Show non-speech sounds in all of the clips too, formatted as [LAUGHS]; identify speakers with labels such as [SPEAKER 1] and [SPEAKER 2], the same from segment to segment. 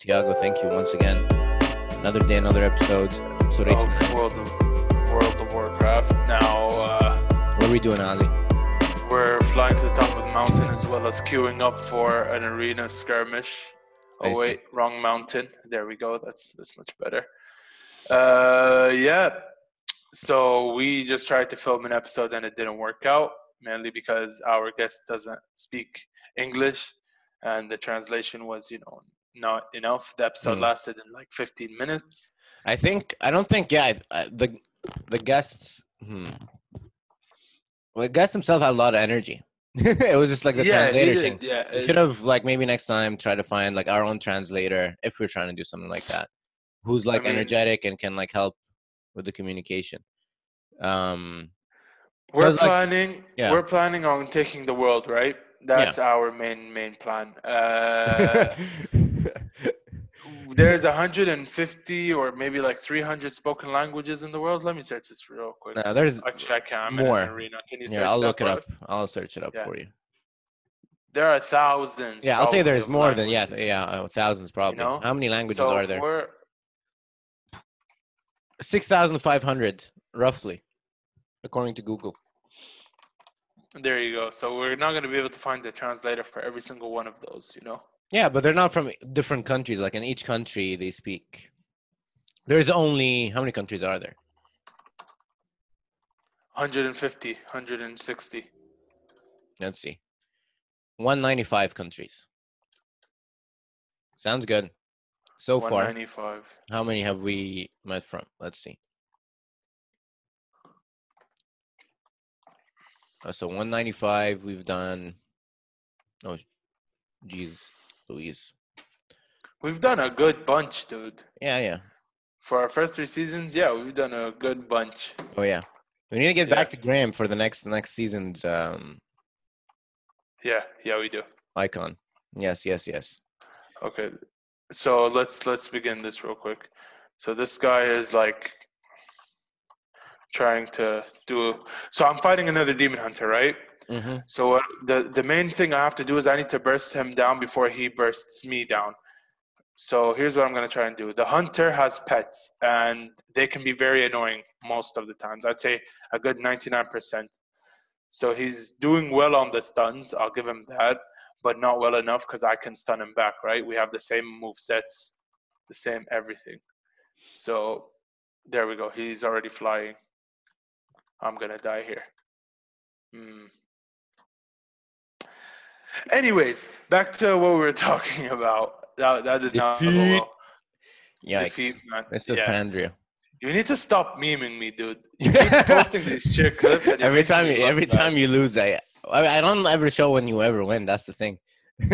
[SPEAKER 1] Tiago, thank you once again. Another day, another episode. So
[SPEAKER 2] of World of World of Warcraft. Now uh,
[SPEAKER 1] what are we doing, Ozzy?
[SPEAKER 2] we're flying to the top of the mountain as well as queuing up for an arena skirmish.
[SPEAKER 1] I
[SPEAKER 2] Oh
[SPEAKER 1] see.
[SPEAKER 2] wait, wrong mountain. There we go. That's that's much better. Uh, yeah. So we just tried to film an episode and it didn't work out mainly because our guest doesn't speak English, and the translation was you know not enough. The episode
[SPEAKER 1] Hmm.
[SPEAKER 2] lasted in like 15 minutes.
[SPEAKER 1] I think I don't think yeah I, I- the the guests. Hmm. Well, the guests themselves had a lot of energy. [LAUGHS] it was just like the
[SPEAKER 2] yeah, he
[SPEAKER 1] translator
[SPEAKER 2] did,
[SPEAKER 1] thing.
[SPEAKER 2] yeah.
[SPEAKER 1] We
[SPEAKER 2] it-
[SPEAKER 1] should have like maybe next time try to find like our own translator if we're trying to do something like that, who's like
[SPEAKER 2] mean-
[SPEAKER 1] energetic and can like help with the communication. Um,
[SPEAKER 2] We're
[SPEAKER 1] Because, like-
[SPEAKER 2] planning.
[SPEAKER 1] Yeah.
[SPEAKER 2] We're planning on taking the world, right? That's our main main plan. Uh, there's 150 or maybe like 300 spoken languages in the world. Let me search this real quick.
[SPEAKER 1] [LAUGHS] no, there's
[SPEAKER 2] Actually, I can't. I'm
[SPEAKER 1] more.
[SPEAKER 2] in an arena. Can you search
[SPEAKER 1] yeah. I'll
[SPEAKER 2] that
[SPEAKER 1] look it
[SPEAKER 2] for
[SPEAKER 1] up.
[SPEAKER 2] us?
[SPEAKER 1] I'll search it up
[SPEAKER 2] Yeah.
[SPEAKER 1] for you.
[SPEAKER 2] There are thousands.
[SPEAKER 1] Yeah, I'll say
[SPEAKER 2] probably
[SPEAKER 1] there's
[SPEAKER 2] of
[SPEAKER 1] more than yeah,
[SPEAKER 2] languages.
[SPEAKER 1] th- yeah, uh, thousands probably.
[SPEAKER 2] know?
[SPEAKER 1] How many languages
[SPEAKER 2] so
[SPEAKER 1] are
[SPEAKER 2] if
[SPEAKER 1] there?
[SPEAKER 2] We're,
[SPEAKER 1] Six thousand five hundred, roughly, according to Google.
[SPEAKER 2] there you go. So we're not going to be able to find a translator for every single one of those. You know.
[SPEAKER 1] Yeah, but they're not from different countries. Like in each country, they speak. There's only how many countries are there?
[SPEAKER 2] 150, 160.
[SPEAKER 1] Let's see, one ninety-five countries. Sounds good. So far,
[SPEAKER 2] 195.
[SPEAKER 1] how many have we met from? Let's see. Uh, so 195 we've done. Oh, jeez, Louise.
[SPEAKER 2] We've done a good bunch, dude.
[SPEAKER 1] Yeah, yeah.
[SPEAKER 2] For our first three seasons, yeah, we've done a good bunch.
[SPEAKER 1] Oh yeah. We need to get
[SPEAKER 2] Yeah.
[SPEAKER 1] back to Graham for the next next season's um,
[SPEAKER 2] Yeah, yeah, we do.
[SPEAKER 1] icon. Yes, yes, yes.
[SPEAKER 2] Okay, so let's let's begin this real quick. So this guy is like trying to do. So I'm fighting another demon hunter, right?
[SPEAKER 1] Mm-hmm.
[SPEAKER 2] So what, the the main thing I have to do is I need to burst him down before he bursts me down. So here's what I'm gonna try and do. The hunter has pets, and they can be very annoying most of the times. I'd say a good 99%. So he's doing well on the stuns. I'll give him that, but not well enough because I can stun him back. Right? We have the same move sets, the same everything. So there we go. He's already flying. I'm gonna die here. Hmm. Anyways, back to what we were [LAUGHS] talking about. That, that did not go
[SPEAKER 1] Defeat.
[SPEAKER 2] well.
[SPEAKER 1] Yikes.
[SPEAKER 2] Defeat, man.
[SPEAKER 1] Mr.
[SPEAKER 2] Yeah.
[SPEAKER 1] Pandria.
[SPEAKER 2] You need to stop memeing me, dude.
[SPEAKER 1] [LAUGHS]
[SPEAKER 2] You keep posting these shit clips. And it
[SPEAKER 1] every
[SPEAKER 2] makes
[SPEAKER 1] time
[SPEAKER 2] me
[SPEAKER 1] you,
[SPEAKER 2] look
[SPEAKER 1] every
[SPEAKER 2] bad.
[SPEAKER 1] time you lose, I I I don't ever show when you ever win. That's the thing. [LAUGHS]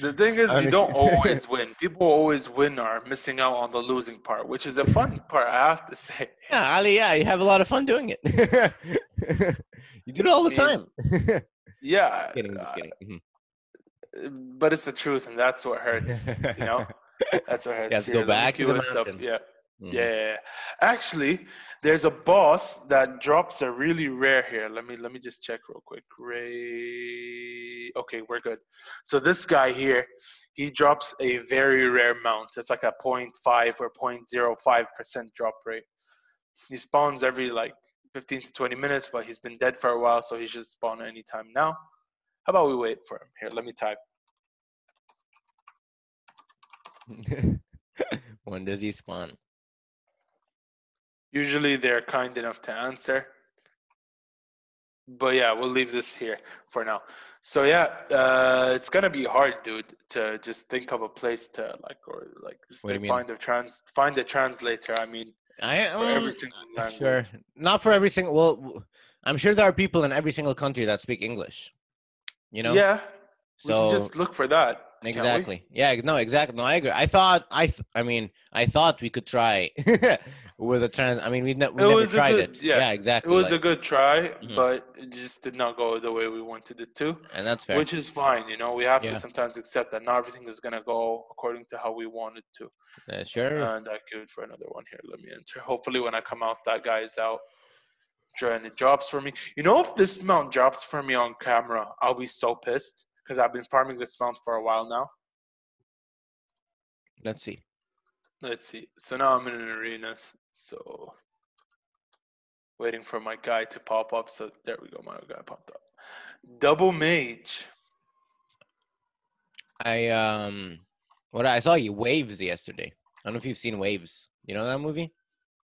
[SPEAKER 2] The thing is, you don't
[SPEAKER 1] Honestly. [LAUGHS]
[SPEAKER 2] always win. People who always win are missing out on the losing part, which is a fun part, I have to say.
[SPEAKER 1] yeah, Ali. Yeah, you have a lot of fun doing it. [LAUGHS] you do it all the
[SPEAKER 2] Meme.
[SPEAKER 1] time.
[SPEAKER 2] Yeah.
[SPEAKER 1] kidding, just kidding. Mhm.
[SPEAKER 2] uh, But it's the truth, and that's what
[SPEAKER 1] [LAUGHS]
[SPEAKER 2] hurts. You know? That's what hurts.
[SPEAKER 1] have to go
[SPEAKER 2] Here, let me
[SPEAKER 1] back to
[SPEAKER 2] cue
[SPEAKER 1] the
[SPEAKER 2] this up.
[SPEAKER 1] mountain.
[SPEAKER 2] Yeah.
[SPEAKER 1] Mhm.
[SPEAKER 2] Yeah, yeah, yeah. Actually, there's a boss that drops are really rare here. Let me let me just check real quick. Ray. Okay, we're good. So this guy here, he drops a very rare mount. It's like a 0.5 or 0.05 percent drop rate. He spawns every like 15 to 20 minutes, but he's been dead for a while, so he should spawn anytime now. How about we wait for him? Here, let me type.
[SPEAKER 1] Mm-hmm. [LAUGHS] when does he spawn?
[SPEAKER 2] Usually they're kind enough to answer. But yeah, we'll leave this here for now. So yeah, uh, it's gonna be hard, dude, to just think of a place to like or like just
[SPEAKER 1] What do
[SPEAKER 2] to
[SPEAKER 1] you mean?
[SPEAKER 2] find a trans find a translator. I mean,
[SPEAKER 1] I
[SPEAKER 2] for every
[SPEAKER 1] um,
[SPEAKER 2] single
[SPEAKER 1] I'm
[SPEAKER 2] language.
[SPEAKER 1] Sure. Not for every single. Well, w- I'm sure there are people in every single country that speak English. You know.
[SPEAKER 2] yeah, we
[SPEAKER 1] So
[SPEAKER 2] can just look for that. can't we?
[SPEAKER 1] exactly. Yeah. No. Exactly. No. I agree. I thought. I. Th- I mean. I thought we could try [LAUGHS] with a trans. I mean, we, ne- we
[SPEAKER 2] It
[SPEAKER 1] never
[SPEAKER 2] was a
[SPEAKER 1] tried
[SPEAKER 2] good-
[SPEAKER 1] it.
[SPEAKER 2] yeah, It
[SPEAKER 1] Exactly.
[SPEAKER 2] was a
[SPEAKER 1] like-
[SPEAKER 2] good try,
[SPEAKER 1] Mhm.
[SPEAKER 2] but it just did not go the way we wanted it to.
[SPEAKER 1] and that's fair.
[SPEAKER 2] Which is fine, you know. We have
[SPEAKER 1] Yeah.
[SPEAKER 2] to sometimes accept that not everything is gonna go according to how we want it to.
[SPEAKER 1] Uh, sure.
[SPEAKER 2] And I queued for another one here. Let me enter. Hopefully, when I come out, that guy is out. Join it drops for me. You know, if this mount drops for me on camera, I'll be so pissed because I've been farming this mount for a while now.
[SPEAKER 1] Let's see.
[SPEAKER 2] Let's see. So now I'm in an arena. So waiting for my guy to pop up. So there we go. My guy popped up. Double mage.
[SPEAKER 1] I um, what I saw you waves yesterday. I don't know if you've seen Waves. You know that movie?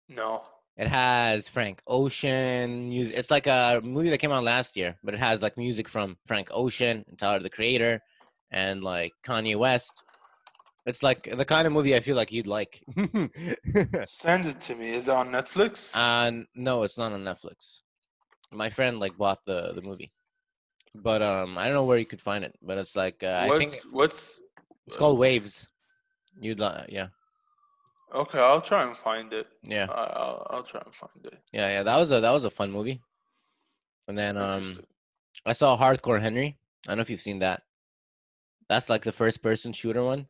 [SPEAKER 2] No.
[SPEAKER 1] It has Frank Ocean music. It's like a movie that came out last year, but it has like music from Frank Ocean and Tyler the Creator, and like Kanye West. It's like the kind of movie I feel like you'd like.
[SPEAKER 2] Send it to me. Is it on Netflix?
[SPEAKER 1] And no, it's not on Netflix. My friend like bought the the movie, but um, I don't know where you could find it. But it's like uh, I
[SPEAKER 2] what's,
[SPEAKER 1] think
[SPEAKER 2] what's
[SPEAKER 1] it's called Waves. You'd like, yeah,
[SPEAKER 2] okay? I'll try and find it.
[SPEAKER 1] yeah,
[SPEAKER 2] I- I'll, I'll try and find it.
[SPEAKER 1] yeah, yeah. That was a that was a fun movie. And then um,
[SPEAKER 2] Interesting.
[SPEAKER 1] I saw Hardcore Henry. I don't know if you've seen that. That's like the first person shooter one.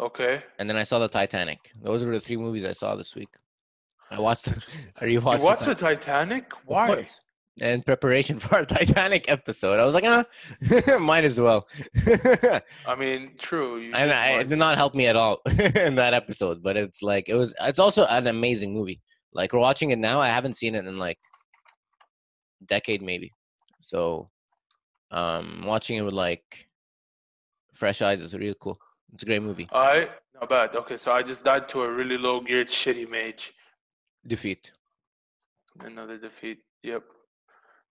[SPEAKER 2] okay.
[SPEAKER 1] And then I saw the Titanic. Those were the three movies I saw this week. I watched. the- [LAUGHS] Are you
[SPEAKER 2] You
[SPEAKER 1] watching?
[SPEAKER 2] watch the Titanic? Why?
[SPEAKER 1] [LAUGHS] in preparation for our [LAUGHS] Titanic episode. I was like, ah, [LAUGHS] might as well. and
[SPEAKER 2] I mean, true. You did
[SPEAKER 1] I, it
[SPEAKER 2] watch-
[SPEAKER 1] did not help me at all [LAUGHS] in that episode, but it's like, it was, it's also an amazing movie. Like, we're watching it now. I haven't seen it in like decade, maybe. So, um, watching it with like fresh eyes is really cool. It's a great movie.
[SPEAKER 2] I not bad. Okay, so I just died to a really low geared shitty mage.
[SPEAKER 1] Defeat.
[SPEAKER 2] Another defeat. Yep.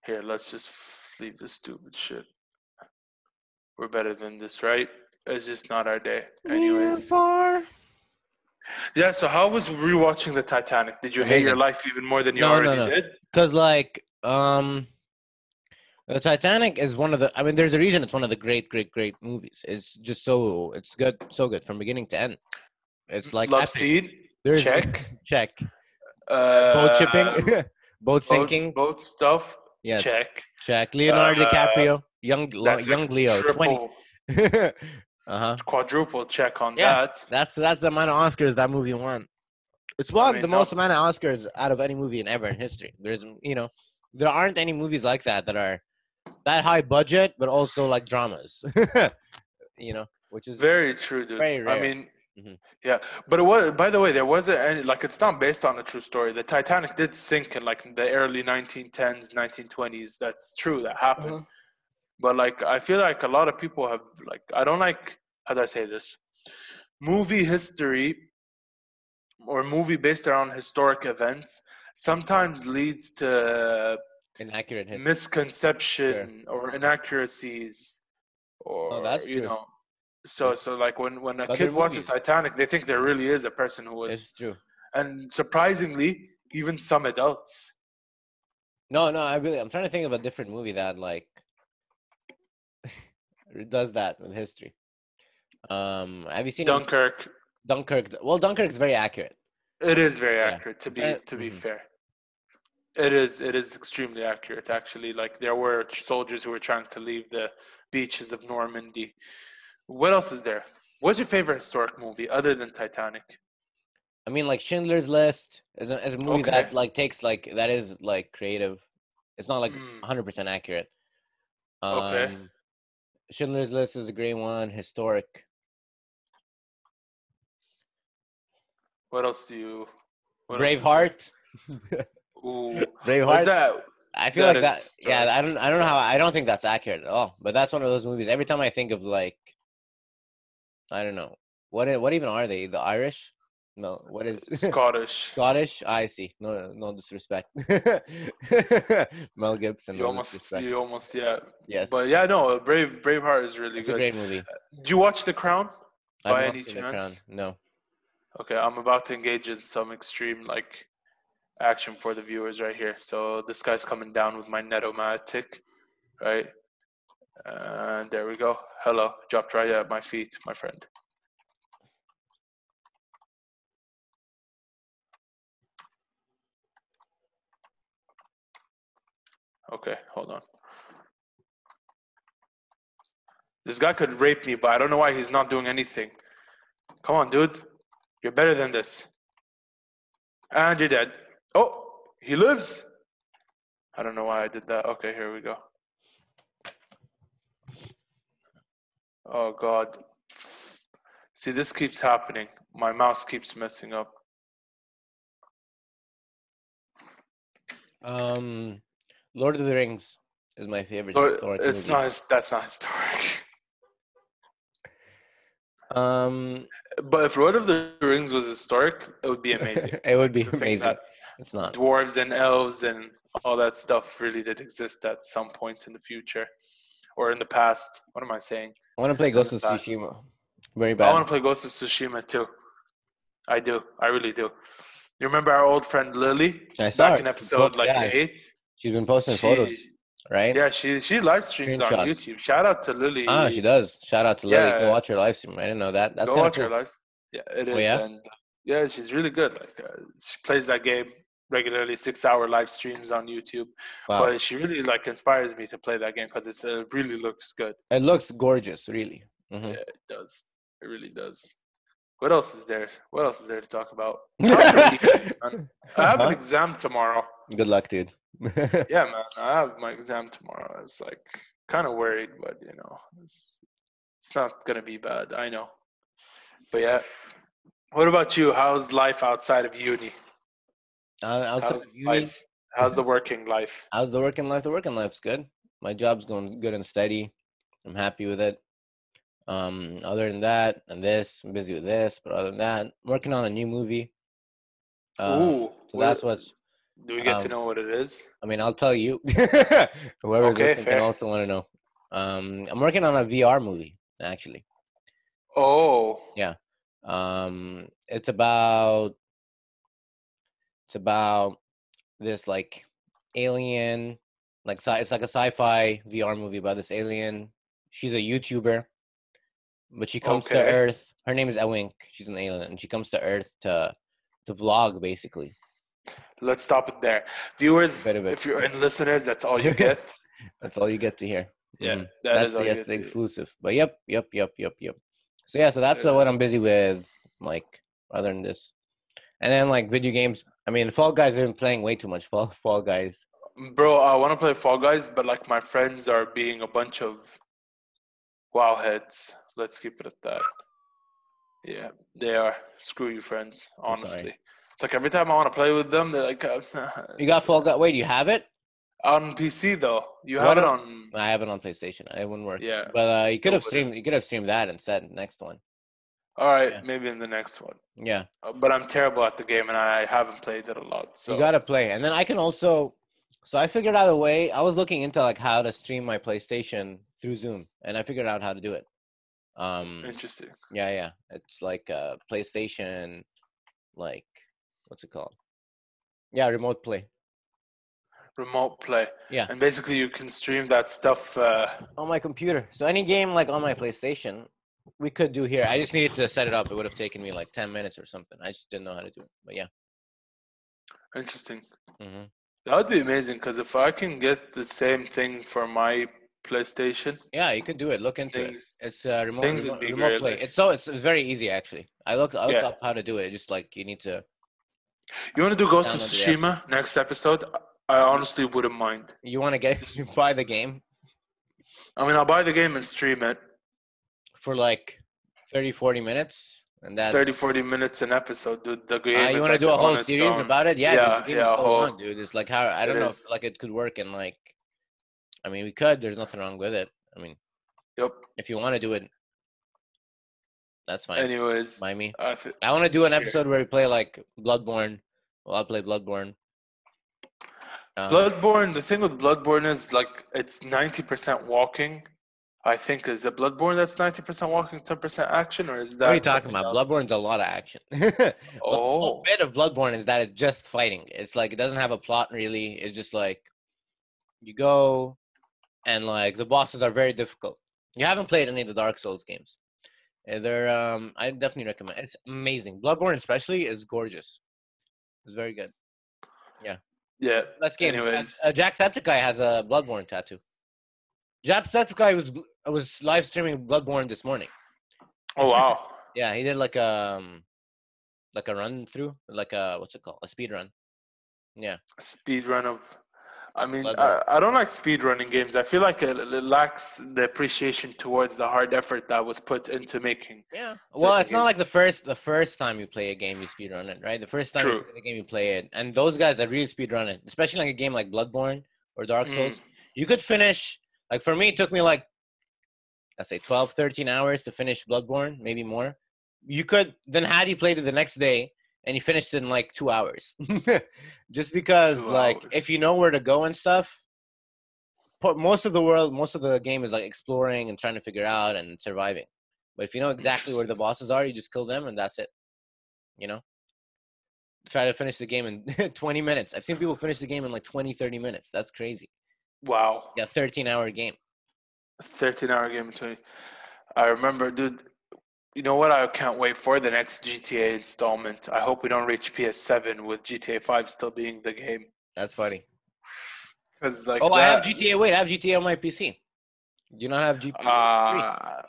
[SPEAKER 2] Here, let's just f- leave this stupid shit. We're better than this, right? It's just not our day. Anyways. Yeah, so how was rewatching the Titanic? Did you hate your
[SPEAKER 1] Amazing.
[SPEAKER 2] life even more than you
[SPEAKER 1] No, no,
[SPEAKER 2] already
[SPEAKER 1] no.
[SPEAKER 2] did?
[SPEAKER 1] because like um the titanic is one of the i mean there's a reason it's one of the great great great movies it's just so it's good so good from beginning to end it's like
[SPEAKER 2] Love
[SPEAKER 1] epic.
[SPEAKER 2] Seed?
[SPEAKER 1] There's-
[SPEAKER 2] check.
[SPEAKER 1] check
[SPEAKER 2] Uh,
[SPEAKER 1] boat shipping [LAUGHS] boat
[SPEAKER 2] boat-
[SPEAKER 1] sinking
[SPEAKER 2] Boat stuff?
[SPEAKER 1] yes check,
[SPEAKER 2] Check.
[SPEAKER 1] leonardo
[SPEAKER 2] Uh,
[SPEAKER 1] dicaprio young lo-
[SPEAKER 2] That's
[SPEAKER 1] young
[SPEAKER 2] like
[SPEAKER 1] leo 20
[SPEAKER 2] triple,
[SPEAKER 1] [LAUGHS] uh-huh
[SPEAKER 2] quadruple check on
[SPEAKER 1] Yeah.
[SPEAKER 2] that.
[SPEAKER 1] that's that's the amount of oscars that movie won it's won
[SPEAKER 2] mean,
[SPEAKER 1] the
[SPEAKER 2] no.
[SPEAKER 1] most amount of oscars out of any movie in ever in history there's you know there aren't any movies like that that are that high budget but also like dramas [LAUGHS] you know which is
[SPEAKER 2] Very true, dude.
[SPEAKER 1] Very
[SPEAKER 2] I
[SPEAKER 1] rare.
[SPEAKER 2] mean,
[SPEAKER 1] Mhm.
[SPEAKER 2] yeah, but it was. By the way, there wasn't any like it's not based on a true story. The Titanic did sink in like the early 1910s, 1920s. That's true. That happened.
[SPEAKER 1] Mm-hmm.
[SPEAKER 2] But like, I feel like a lot of people have like I don't like how do I say this? Movie history or movie based around historic events sometimes leads to
[SPEAKER 1] inaccurate history.
[SPEAKER 2] misconception or inaccuracies or
[SPEAKER 1] that's
[SPEAKER 2] you
[SPEAKER 1] true.
[SPEAKER 2] know so so like when when a
[SPEAKER 1] But
[SPEAKER 2] kid
[SPEAKER 1] they're
[SPEAKER 2] watches
[SPEAKER 1] movies.
[SPEAKER 2] titanic they think there really is a person who was
[SPEAKER 1] it's true
[SPEAKER 2] and surprisingly even some adults
[SPEAKER 1] no no i really i'm trying to think of a different movie that like [LAUGHS] does that with history um have you seen any-
[SPEAKER 2] dunkirk
[SPEAKER 1] dunkirk well dunkirk's very accurate
[SPEAKER 2] it is very
[SPEAKER 1] Yeah.
[SPEAKER 2] accurate to be
[SPEAKER 1] Uh,
[SPEAKER 2] to be
[SPEAKER 1] mhm.
[SPEAKER 2] fair it is it is extremely accurate actually like there were soldiers who were trying to leave the beaches of normandy what else is there what's your favorite historic movie other than titanic
[SPEAKER 1] I mean, like Schindler's List is a, is a movie
[SPEAKER 2] Okay.
[SPEAKER 1] that like takes like that is like creative. It's not like
[SPEAKER 2] Mm.
[SPEAKER 1] 100 percent accurate. Um,
[SPEAKER 2] Okay.
[SPEAKER 1] Schindler's List is a great one. Historic.
[SPEAKER 2] what else do you what else is there?
[SPEAKER 1] Braveheart.
[SPEAKER 2] Ooh. What's
[SPEAKER 1] Braveheart.
[SPEAKER 2] that?
[SPEAKER 1] I feel
[SPEAKER 2] That
[SPEAKER 1] like that.
[SPEAKER 2] is
[SPEAKER 1] Yeah, I don't. I don't know how. I don't think that's accurate at all. But that's one of those movies. Every time I think of like, I don't know what. e- What even are they? The Irish? No. What
[SPEAKER 2] [LAUGHS]
[SPEAKER 1] is [LAUGHS]
[SPEAKER 2] Scottish.
[SPEAKER 1] Scottish? I see. No. No disrespect. [LAUGHS] Mel Gibson.
[SPEAKER 2] You
[SPEAKER 1] no
[SPEAKER 2] almost,
[SPEAKER 1] disrespect.
[SPEAKER 2] you almost, yeah.
[SPEAKER 1] Yes.
[SPEAKER 2] But yeah, no, Brave Braveheart is really
[SPEAKER 1] It's
[SPEAKER 2] good.
[SPEAKER 1] a great movie.
[SPEAKER 2] Do you watch The Crown?
[SPEAKER 1] I've
[SPEAKER 2] by
[SPEAKER 1] not
[SPEAKER 2] any
[SPEAKER 1] seen The
[SPEAKER 2] chance?
[SPEAKER 1] Crown. No.
[SPEAKER 2] Okay, I'm about to engage in some extreme like action for the viewers right here. So this guy's coming down with my Netomatic, right? And there we go. Hello, dropped right at my feet, my friend. Okay, hold on. This guy could rape me, but I don't know why he's not doing anything. Come on, dude. You're better than this. And you're dead. Oh, he lives. I don't know why I did that. Okay, here we go. Oh God. See, this keeps happening. My mouse keeps messing up.
[SPEAKER 1] Um, Lord of the Rings is my favorite
[SPEAKER 2] Lord-
[SPEAKER 1] historic
[SPEAKER 2] it's
[SPEAKER 1] movie.
[SPEAKER 2] not. his- That's not historic. [LAUGHS]
[SPEAKER 1] Um,
[SPEAKER 2] but if Lord of the Rings was historic, it would be amazing.
[SPEAKER 1] it would [LAUGHS] be
[SPEAKER 2] To think
[SPEAKER 1] amazing.
[SPEAKER 2] that
[SPEAKER 1] It's not.
[SPEAKER 2] Dwarves and elves and all that stuff really did exist at some point in the future, or in the past. What am I saying?
[SPEAKER 1] I want to play Ghost of
[SPEAKER 2] Understand.
[SPEAKER 1] Tsushima. Very
[SPEAKER 2] I
[SPEAKER 1] bad.
[SPEAKER 2] want to play Ghost of Tsushima too. I do. I really do. You remember our old friend Lily
[SPEAKER 1] I saw
[SPEAKER 2] back
[SPEAKER 1] her.
[SPEAKER 2] in episode like
[SPEAKER 1] Yeah,
[SPEAKER 2] eight?
[SPEAKER 1] She's been posting
[SPEAKER 2] She-
[SPEAKER 1] photos, right?
[SPEAKER 2] yeah, she she live streams on
[SPEAKER 1] Screenshots.
[SPEAKER 2] YouTube. Shout out to Lily.
[SPEAKER 1] Ah, she does. Shout out to Lily. Go
[SPEAKER 2] Yeah.
[SPEAKER 1] watch her live stream. I didn't know that. That's
[SPEAKER 2] Go
[SPEAKER 1] kind of
[SPEAKER 2] watch
[SPEAKER 1] cool.
[SPEAKER 2] her live. Yeah, it is.
[SPEAKER 1] Oh, yeah?
[SPEAKER 2] And yeah, she's really good. Like uh, she plays that game regularly, six hour live streams on YouTube.
[SPEAKER 1] Wow.
[SPEAKER 2] But she really like inspires me to play that game because it uh, really looks good.
[SPEAKER 1] It looks gorgeous, really.
[SPEAKER 2] [LAUGHS]
[SPEAKER 1] Mhm.
[SPEAKER 2] Yeah, it does. It really does. What else is there? What else is there to talk
[SPEAKER 1] [LAUGHS]
[SPEAKER 2] about? I have an
[SPEAKER 1] Uh-huh.
[SPEAKER 2] exam tomorrow.
[SPEAKER 1] [LAUGHS] Good luck, dude. [LAUGHS]
[SPEAKER 2] Yeah, man. I have my exam tomorrow. It's like kind of worried, but you know, it's, it's not gonna be bad. I know. But yeah, what about you? How's life outside of uni?
[SPEAKER 1] Uh, outside of
[SPEAKER 2] How's
[SPEAKER 1] uni,
[SPEAKER 2] life? How's the working life?
[SPEAKER 1] how's the working life? The working life's good. My job's going good and steady. I'm happy with it. Um, other than that, and this, I'm busy with this. But other than that, working on a new movie. Um,
[SPEAKER 2] Ooh,
[SPEAKER 1] so
[SPEAKER 2] what-
[SPEAKER 1] that's what's.
[SPEAKER 2] do we get to
[SPEAKER 1] um,
[SPEAKER 2] know what it is?
[SPEAKER 1] I mean, I'll tell you. [LAUGHS] Whoever's
[SPEAKER 2] Okay,
[SPEAKER 1] listening can
[SPEAKER 2] fair.
[SPEAKER 1] also want to know. Um, I'm working on a VR movie actually.
[SPEAKER 2] Oh,
[SPEAKER 1] yeah. Um, it's about it's about this like alien, like sci- it's like a sci-fi VR movie about this alien. She's a YouTuber, but she comes to
[SPEAKER 2] Okay.
[SPEAKER 1] Earth. Her name is Ewink. She's an alien, and she comes to Earth to to vlog basically.
[SPEAKER 2] let's stop it there, viewers.
[SPEAKER 1] Bit of it.
[SPEAKER 2] If you're and listeners, that's all
[SPEAKER 1] [LAUGHS]
[SPEAKER 2] you get.
[SPEAKER 1] That's all you get to hear.
[SPEAKER 2] Yeah,
[SPEAKER 1] Mhm.
[SPEAKER 2] that
[SPEAKER 1] that's
[SPEAKER 2] is
[SPEAKER 1] the,
[SPEAKER 2] all
[SPEAKER 1] yes,
[SPEAKER 2] you
[SPEAKER 1] the
[SPEAKER 2] get. to-
[SPEAKER 1] exclusive. But yep, yep, yep, yep, yep. So yeah, so that's uh,
[SPEAKER 2] Yeah.
[SPEAKER 1] what I'm busy with, like other than this, and then like video games. I mean, Fall Guys. I've been playing way too much Fall Fall Guys.
[SPEAKER 2] Bro, I want to play Fall Guys, but like my friends are being a bunch of wow heads. Let's keep it at that. Yeah, they are. Screw you, friends.
[SPEAKER 1] I'm sorry.
[SPEAKER 2] Honestly, it's like every time I want to play with them, they're like, [LAUGHS] uh,
[SPEAKER 1] You got Fall Guy? Wait, you have it?
[SPEAKER 2] on PC though. You
[SPEAKER 1] What
[SPEAKER 2] have it
[SPEAKER 1] a-
[SPEAKER 2] on.
[SPEAKER 1] I have it on PlayStation. It wouldn't work.
[SPEAKER 2] Yeah.
[SPEAKER 1] But uh, you could
[SPEAKER 2] Go
[SPEAKER 1] have
[SPEAKER 2] with it.
[SPEAKER 1] streamed. You could have streamed that instead. Next one.
[SPEAKER 2] All right,
[SPEAKER 1] Yeah.
[SPEAKER 2] maybe in the next one.
[SPEAKER 1] Yeah,
[SPEAKER 2] Uh, But I'm terrible at the game, and I haven't played it a lot. So
[SPEAKER 1] you gotta play, and then I can also. So I figured out a way. I was looking into like how to stream my PlayStation through Zoom, and I figured out how to do it. Um,
[SPEAKER 2] interesting.
[SPEAKER 1] Yeah, yeah. It's like uh PlayStation, like what's it called? Yeah, remote play.
[SPEAKER 2] Remote play.
[SPEAKER 1] Yeah.
[SPEAKER 2] And basically, you can stream that stuff. Uh,
[SPEAKER 1] On my computer. So any game like on my PlayStation, we could do here. I just needed to set it up. It would have taken me like ten minutes or something. I just didn't know how to do it. But yeah.
[SPEAKER 2] interesting. Mm-hmm.
[SPEAKER 1] hmm
[SPEAKER 2] That would be amazing because if I can get the same thing for my PlayStation,
[SPEAKER 1] Yeah, you could do it. Look into it.
[SPEAKER 2] things
[SPEAKER 1] It's uh, remote
[SPEAKER 2] things would
[SPEAKER 1] remote,
[SPEAKER 2] be
[SPEAKER 1] remote
[SPEAKER 2] great,
[SPEAKER 1] play.
[SPEAKER 2] like-
[SPEAKER 1] It's so it's, it's very easy actually. I looked I looked
[SPEAKER 2] Yeah.
[SPEAKER 1] up how to do it. Just like you need to.
[SPEAKER 2] you want to do Ghost of
[SPEAKER 1] Download the app.
[SPEAKER 2] Tsushima next episode? I honestly wouldn't mind.
[SPEAKER 1] You want to get [LAUGHS] you buy the game
[SPEAKER 2] I mean, I'll buy the game and stream it
[SPEAKER 1] for like 30, 40 minutes, and that's
[SPEAKER 2] 30, 40 minutes an episode, dude. The game
[SPEAKER 1] Uh, you
[SPEAKER 2] is
[SPEAKER 1] want to
[SPEAKER 2] like
[SPEAKER 1] do a
[SPEAKER 2] on
[SPEAKER 1] whole
[SPEAKER 2] its
[SPEAKER 1] series
[SPEAKER 2] own.
[SPEAKER 1] about it? Yeah,
[SPEAKER 2] Yeah,
[SPEAKER 1] dude, the game
[SPEAKER 2] yeah,
[SPEAKER 1] is
[SPEAKER 2] a
[SPEAKER 1] so
[SPEAKER 2] whole-
[SPEAKER 1] long, dude. It's like how I don't
[SPEAKER 2] It
[SPEAKER 1] know
[SPEAKER 2] is.
[SPEAKER 1] if like it could work and like, I mean, we could. There's nothing wrong with it. I mean,
[SPEAKER 2] Yep.
[SPEAKER 1] if you want to do it, that's fine
[SPEAKER 2] Anyways,
[SPEAKER 1] by me.
[SPEAKER 2] I th-
[SPEAKER 1] I want to do an
[SPEAKER 2] Yeah.
[SPEAKER 1] episode where we play like Bloodborne. Well, I'll play Bloodborne. Um,
[SPEAKER 2] Bloodborne. The thing with Bloodborne is like it's ninety percent walking. I think is it Bloodborne that's ninety percent walking, ten percent action, or is that?
[SPEAKER 1] what are you talking
[SPEAKER 2] something
[SPEAKER 1] about?
[SPEAKER 2] else?
[SPEAKER 1] Bloodborne's a lot of action. [LAUGHS] the
[SPEAKER 2] Oh,
[SPEAKER 1] whole bit of Bloodborne is that it's just fighting. It's like it doesn't have a plot really. It's just like you go and like the bosses are very difficult. You haven't played any of the Dark Souls games. Uh, They're um I definitely recommend. It's amazing. Bloodborne especially is gorgeous. It's very good.
[SPEAKER 2] yeah.
[SPEAKER 1] Best game.
[SPEAKER 2] Anyways.
[SPEAKER 1] Uh, Jacksepticeye has a Bloodborne tattoo. Jacksepticeye was bl- was live streaming Bloodborne this morning.
[SPEAKER 2] Oh wow.
[SPEAKER 1] Yeah, he did like a um, like a run through, like a what's it called, a speed run.
[SPEAKER 2] Speed run of. I mean,
[SPEAKER 1] Love
[SPEAKER 2] I, I don't like speedrunning games. I feel like it, it lacks the appreciation towards the hard effort that was put into making.
[SPEAKER 1] Yeah. Well,
[SPEAKER 2] Certain
[SPEAKER 1] it's not
[SPEAKER 2] games.
[SPEAKER 1] like the first the first time you play a game you speedrun it, right? The first time you
[SPEAKER 2] True.
[SPEAKER 1] play the game you play it. And those guys that really speedrun it, especially like a game like Bloodborne or Dark
[SPEAKER 2] Mm.
[SPEAKER 1] Souls, you could finish like for me it took me like let's say 12 13 hours to finish Bloodborne, maybe more. You could then had you played it the next day and you finished it in like 2 hours. [LAUGHS] Just because
[SPEAKER 2] Two
[SPEAKER 1] like
[SPEAKER 2] hours.
[SPEAKER 1] if you know where to go and stuff, but most of the world, most of the game is like exploring and trying to figure out and surviving. But if you know exactly where the bosses are, you just kill them and that's it. You know? Try to finish the game in [LAUGHS] 20 minutes. I've seen people finish the game in like 20, 30 minutes. That's crazy.
[SPEAKER 2] Mm, Wow.
[SPEAKER 1] Yeah, 13 hour game.
[SPEAKER 2] 13 hour game between. I remember, dude. You know what? I can't wait for the next GTA installment. I hope we don't reach PS7 with GTA 5 still being the game.
[SPEAKER 1] That's funny.
[SPEAKER 2] Because like,
[SPEAKER 1] oh, I have
[SPEAKER 2] that-
[SPEAKER 1] GTA. Wait, I have GTA on my PC. Do you not have GTA? three?
[SPEAKER 2] Uh,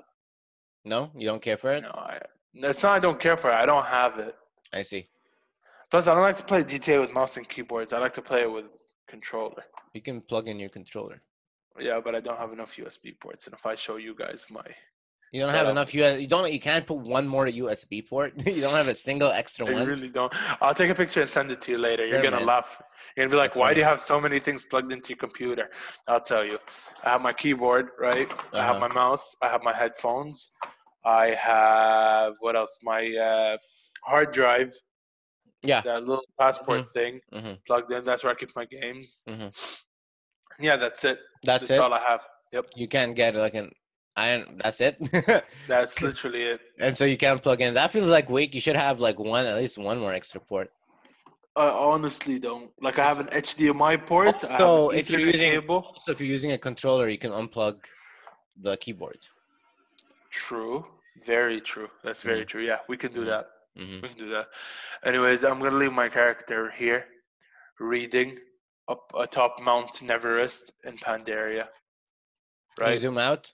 [SPEAKER 1] no, you don't care for it?
[SPEAKER 2] no, I, it's not. I don't care for it. I don't have it.
[SPEAKER 1] I see.
[SPEAKER 2] Plus, I don't like to play GTA with mouse and keyboards. I like to play it with controller.
[SPEAKER 1] You can plug in your controller.
[SPEAKER 2] Yeah, but I don't have enough USB ports. And if I show you guys my,
[SPEAKER 1] You don't
[SPEAKER 2] Set
[SPEAKER 1] have
[SPEAKER 2] up.
[SPEAKER 1] enough US. You don't. You can't put one more USB port. [LAUGHS] you don't have a single extra
[SPEAKER 2] I
[SPEAKER 1] one.
[SPEAKER 2] really don't. I'll take a picture and send it to you later. You're
[SPEAKER 1] Sure,
[SPEAKER 2] gonna
[SPEAKER 1] man.
[SPEAKER 2] laugh. You're gonna be like,
[SPEAKER 1] That's
[SPEAKER 2] "Why
[SPEAKER 1] fine.
[SPEAKER 2] do you have so many things plugged into your computer?" I'll tell you. I have my keyboard, right? I have
[SPEAKER 1] Uh-huh.
[SPEAKER 2] my mouse. I have my headphones. I have what else? My uh, hard drive.
[SPEAKER 1] Yeah.
[SPEAKER 2] That little passport thing
[SPEAKER 1] Mhm.
[SPEAKER 2] plugged in. That's where I keep my games.
[SPEAKER 1] Mhm.
[SPEAKER 2] Yeah, that's it.
[SPEAKER 1] That's,
[SPEAKER 2] that's
[SPEAKER 1] it.
[SPEAKER 2] all I have.
[SPEAKER 1] you can't get like an. I don't. That's it. [LAUGHS]
[SPEAKER 2] That's literally it.
[SPEAKER 1] and so you can't plug in. That feels like weak. You should have like one, at least one more extra port.
[SPEAKER 2] I honestly don't. Like I have an HDMI port. I have
[SPEAKER 1] Also,
[SPEAKER 2] an
[SPEAKER 1] if you're
[SPEAKER 2] Ethernet
[SPEAKER 1] using-
[SPEAKER 2] cable.
[SPEAKER 1] So if you're using a controller, you can unplug the keyboard.
[SPEAKER 2] True. Very true. That's very true. Yeah, we can do
[SPEAKER 1] Mhm.
[SPEAKER 2] that.
[SPEAKER 1] Mhm.
[SPEAKER 2] We can do that. Anyways, I'm gonna leave my character here, reading up atop Mount Everest in Pandaria.
[SPEAKER 1] Can you
[SPEAKER 2] Right.
[SPEAKER 1] zoom out.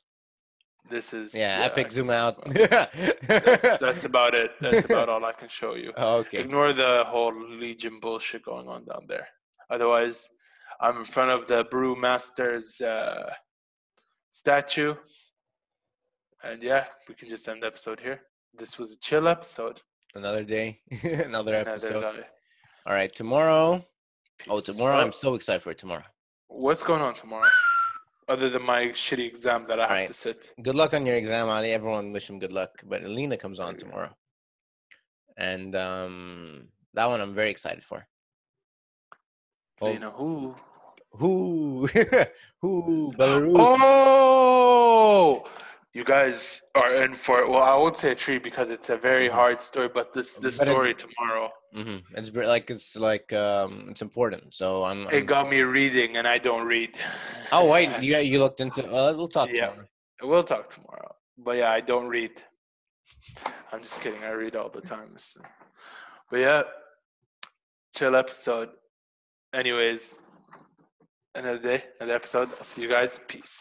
[SPEAKER 2] This is
[SPEAKER 1] Yeah, epic zoom out. [LAUGHS]
[SPEAKER 2] That's that's about it. That's about all I can show you.
[SPEAKER 1] Oh, okay.
[SPEAKER 2] Ignore the whole Legion bullshit going on down there. Otherwise, I'm in front of the Brewmaster's uh, statue. And yeah, we can just end the episode here. This was a chill episode.
[SPEAKER 1] Another day, [LAUGHS] another
[SPEAKER 2] Another
[SPEAKER 1] episode.
[SPEAKER 2] guy.
[SPEAKER 1] All right, tomorrow. Oh,
[SPEAKER 2] Peace.
[SPEAKER 1] tomorrow! I'm
[SPEAKER 2] Oh,
[SPEAKER 1] so excited for tomorrow.
[SPEAKER 2] What's going on tomorrow? Other than my shitty exam that I have
[SPEAKER 1] Alright.
[SPEAKER 2] to sit.
[SPEAKER 1] Good luck on your exam, Ali. Everyone wish him good luck. But Alina comes on
[SPEAKER 2] Yeah.
[SPEAKER 1] tomorrow, and um, that one I'm very excited for. Oh,
[SPEAKER 2] You know who?
[SPEAKER 1] who, [LAUGHS] who, Belarus?
[SPEAKER 2] Oh, you guys are in for it. Well, I won't say a treat because it's a very
[SPEAKER 1] Mm-hmm.
[SPEAKER 2] hard story, but this this
[SPEAKER 1] But it-
[SPEAKER 2] story tomorrow.
[SPEAKER 1] hmm It's br- like it's like um, it's important. So I'm.
[SPEAKER 2] It
[SPEAKER 1] I'm
[SPEAKER 2] got me reading, and I don't read. [LAUGHS]
[SPEAKER 1] oh wait, you you looked into. Uh, we'll talk.
[SPEAKER 2] Yeah.
[SPEAKER 1] tomorrow.
[SPEAKER 2] We'll talk tomorrow. But yeah, I don't read. I'm just kidding. I read all the time. so. But yeah, chill episode. Anyways, another day, another episode. I'll see you guys. Peace.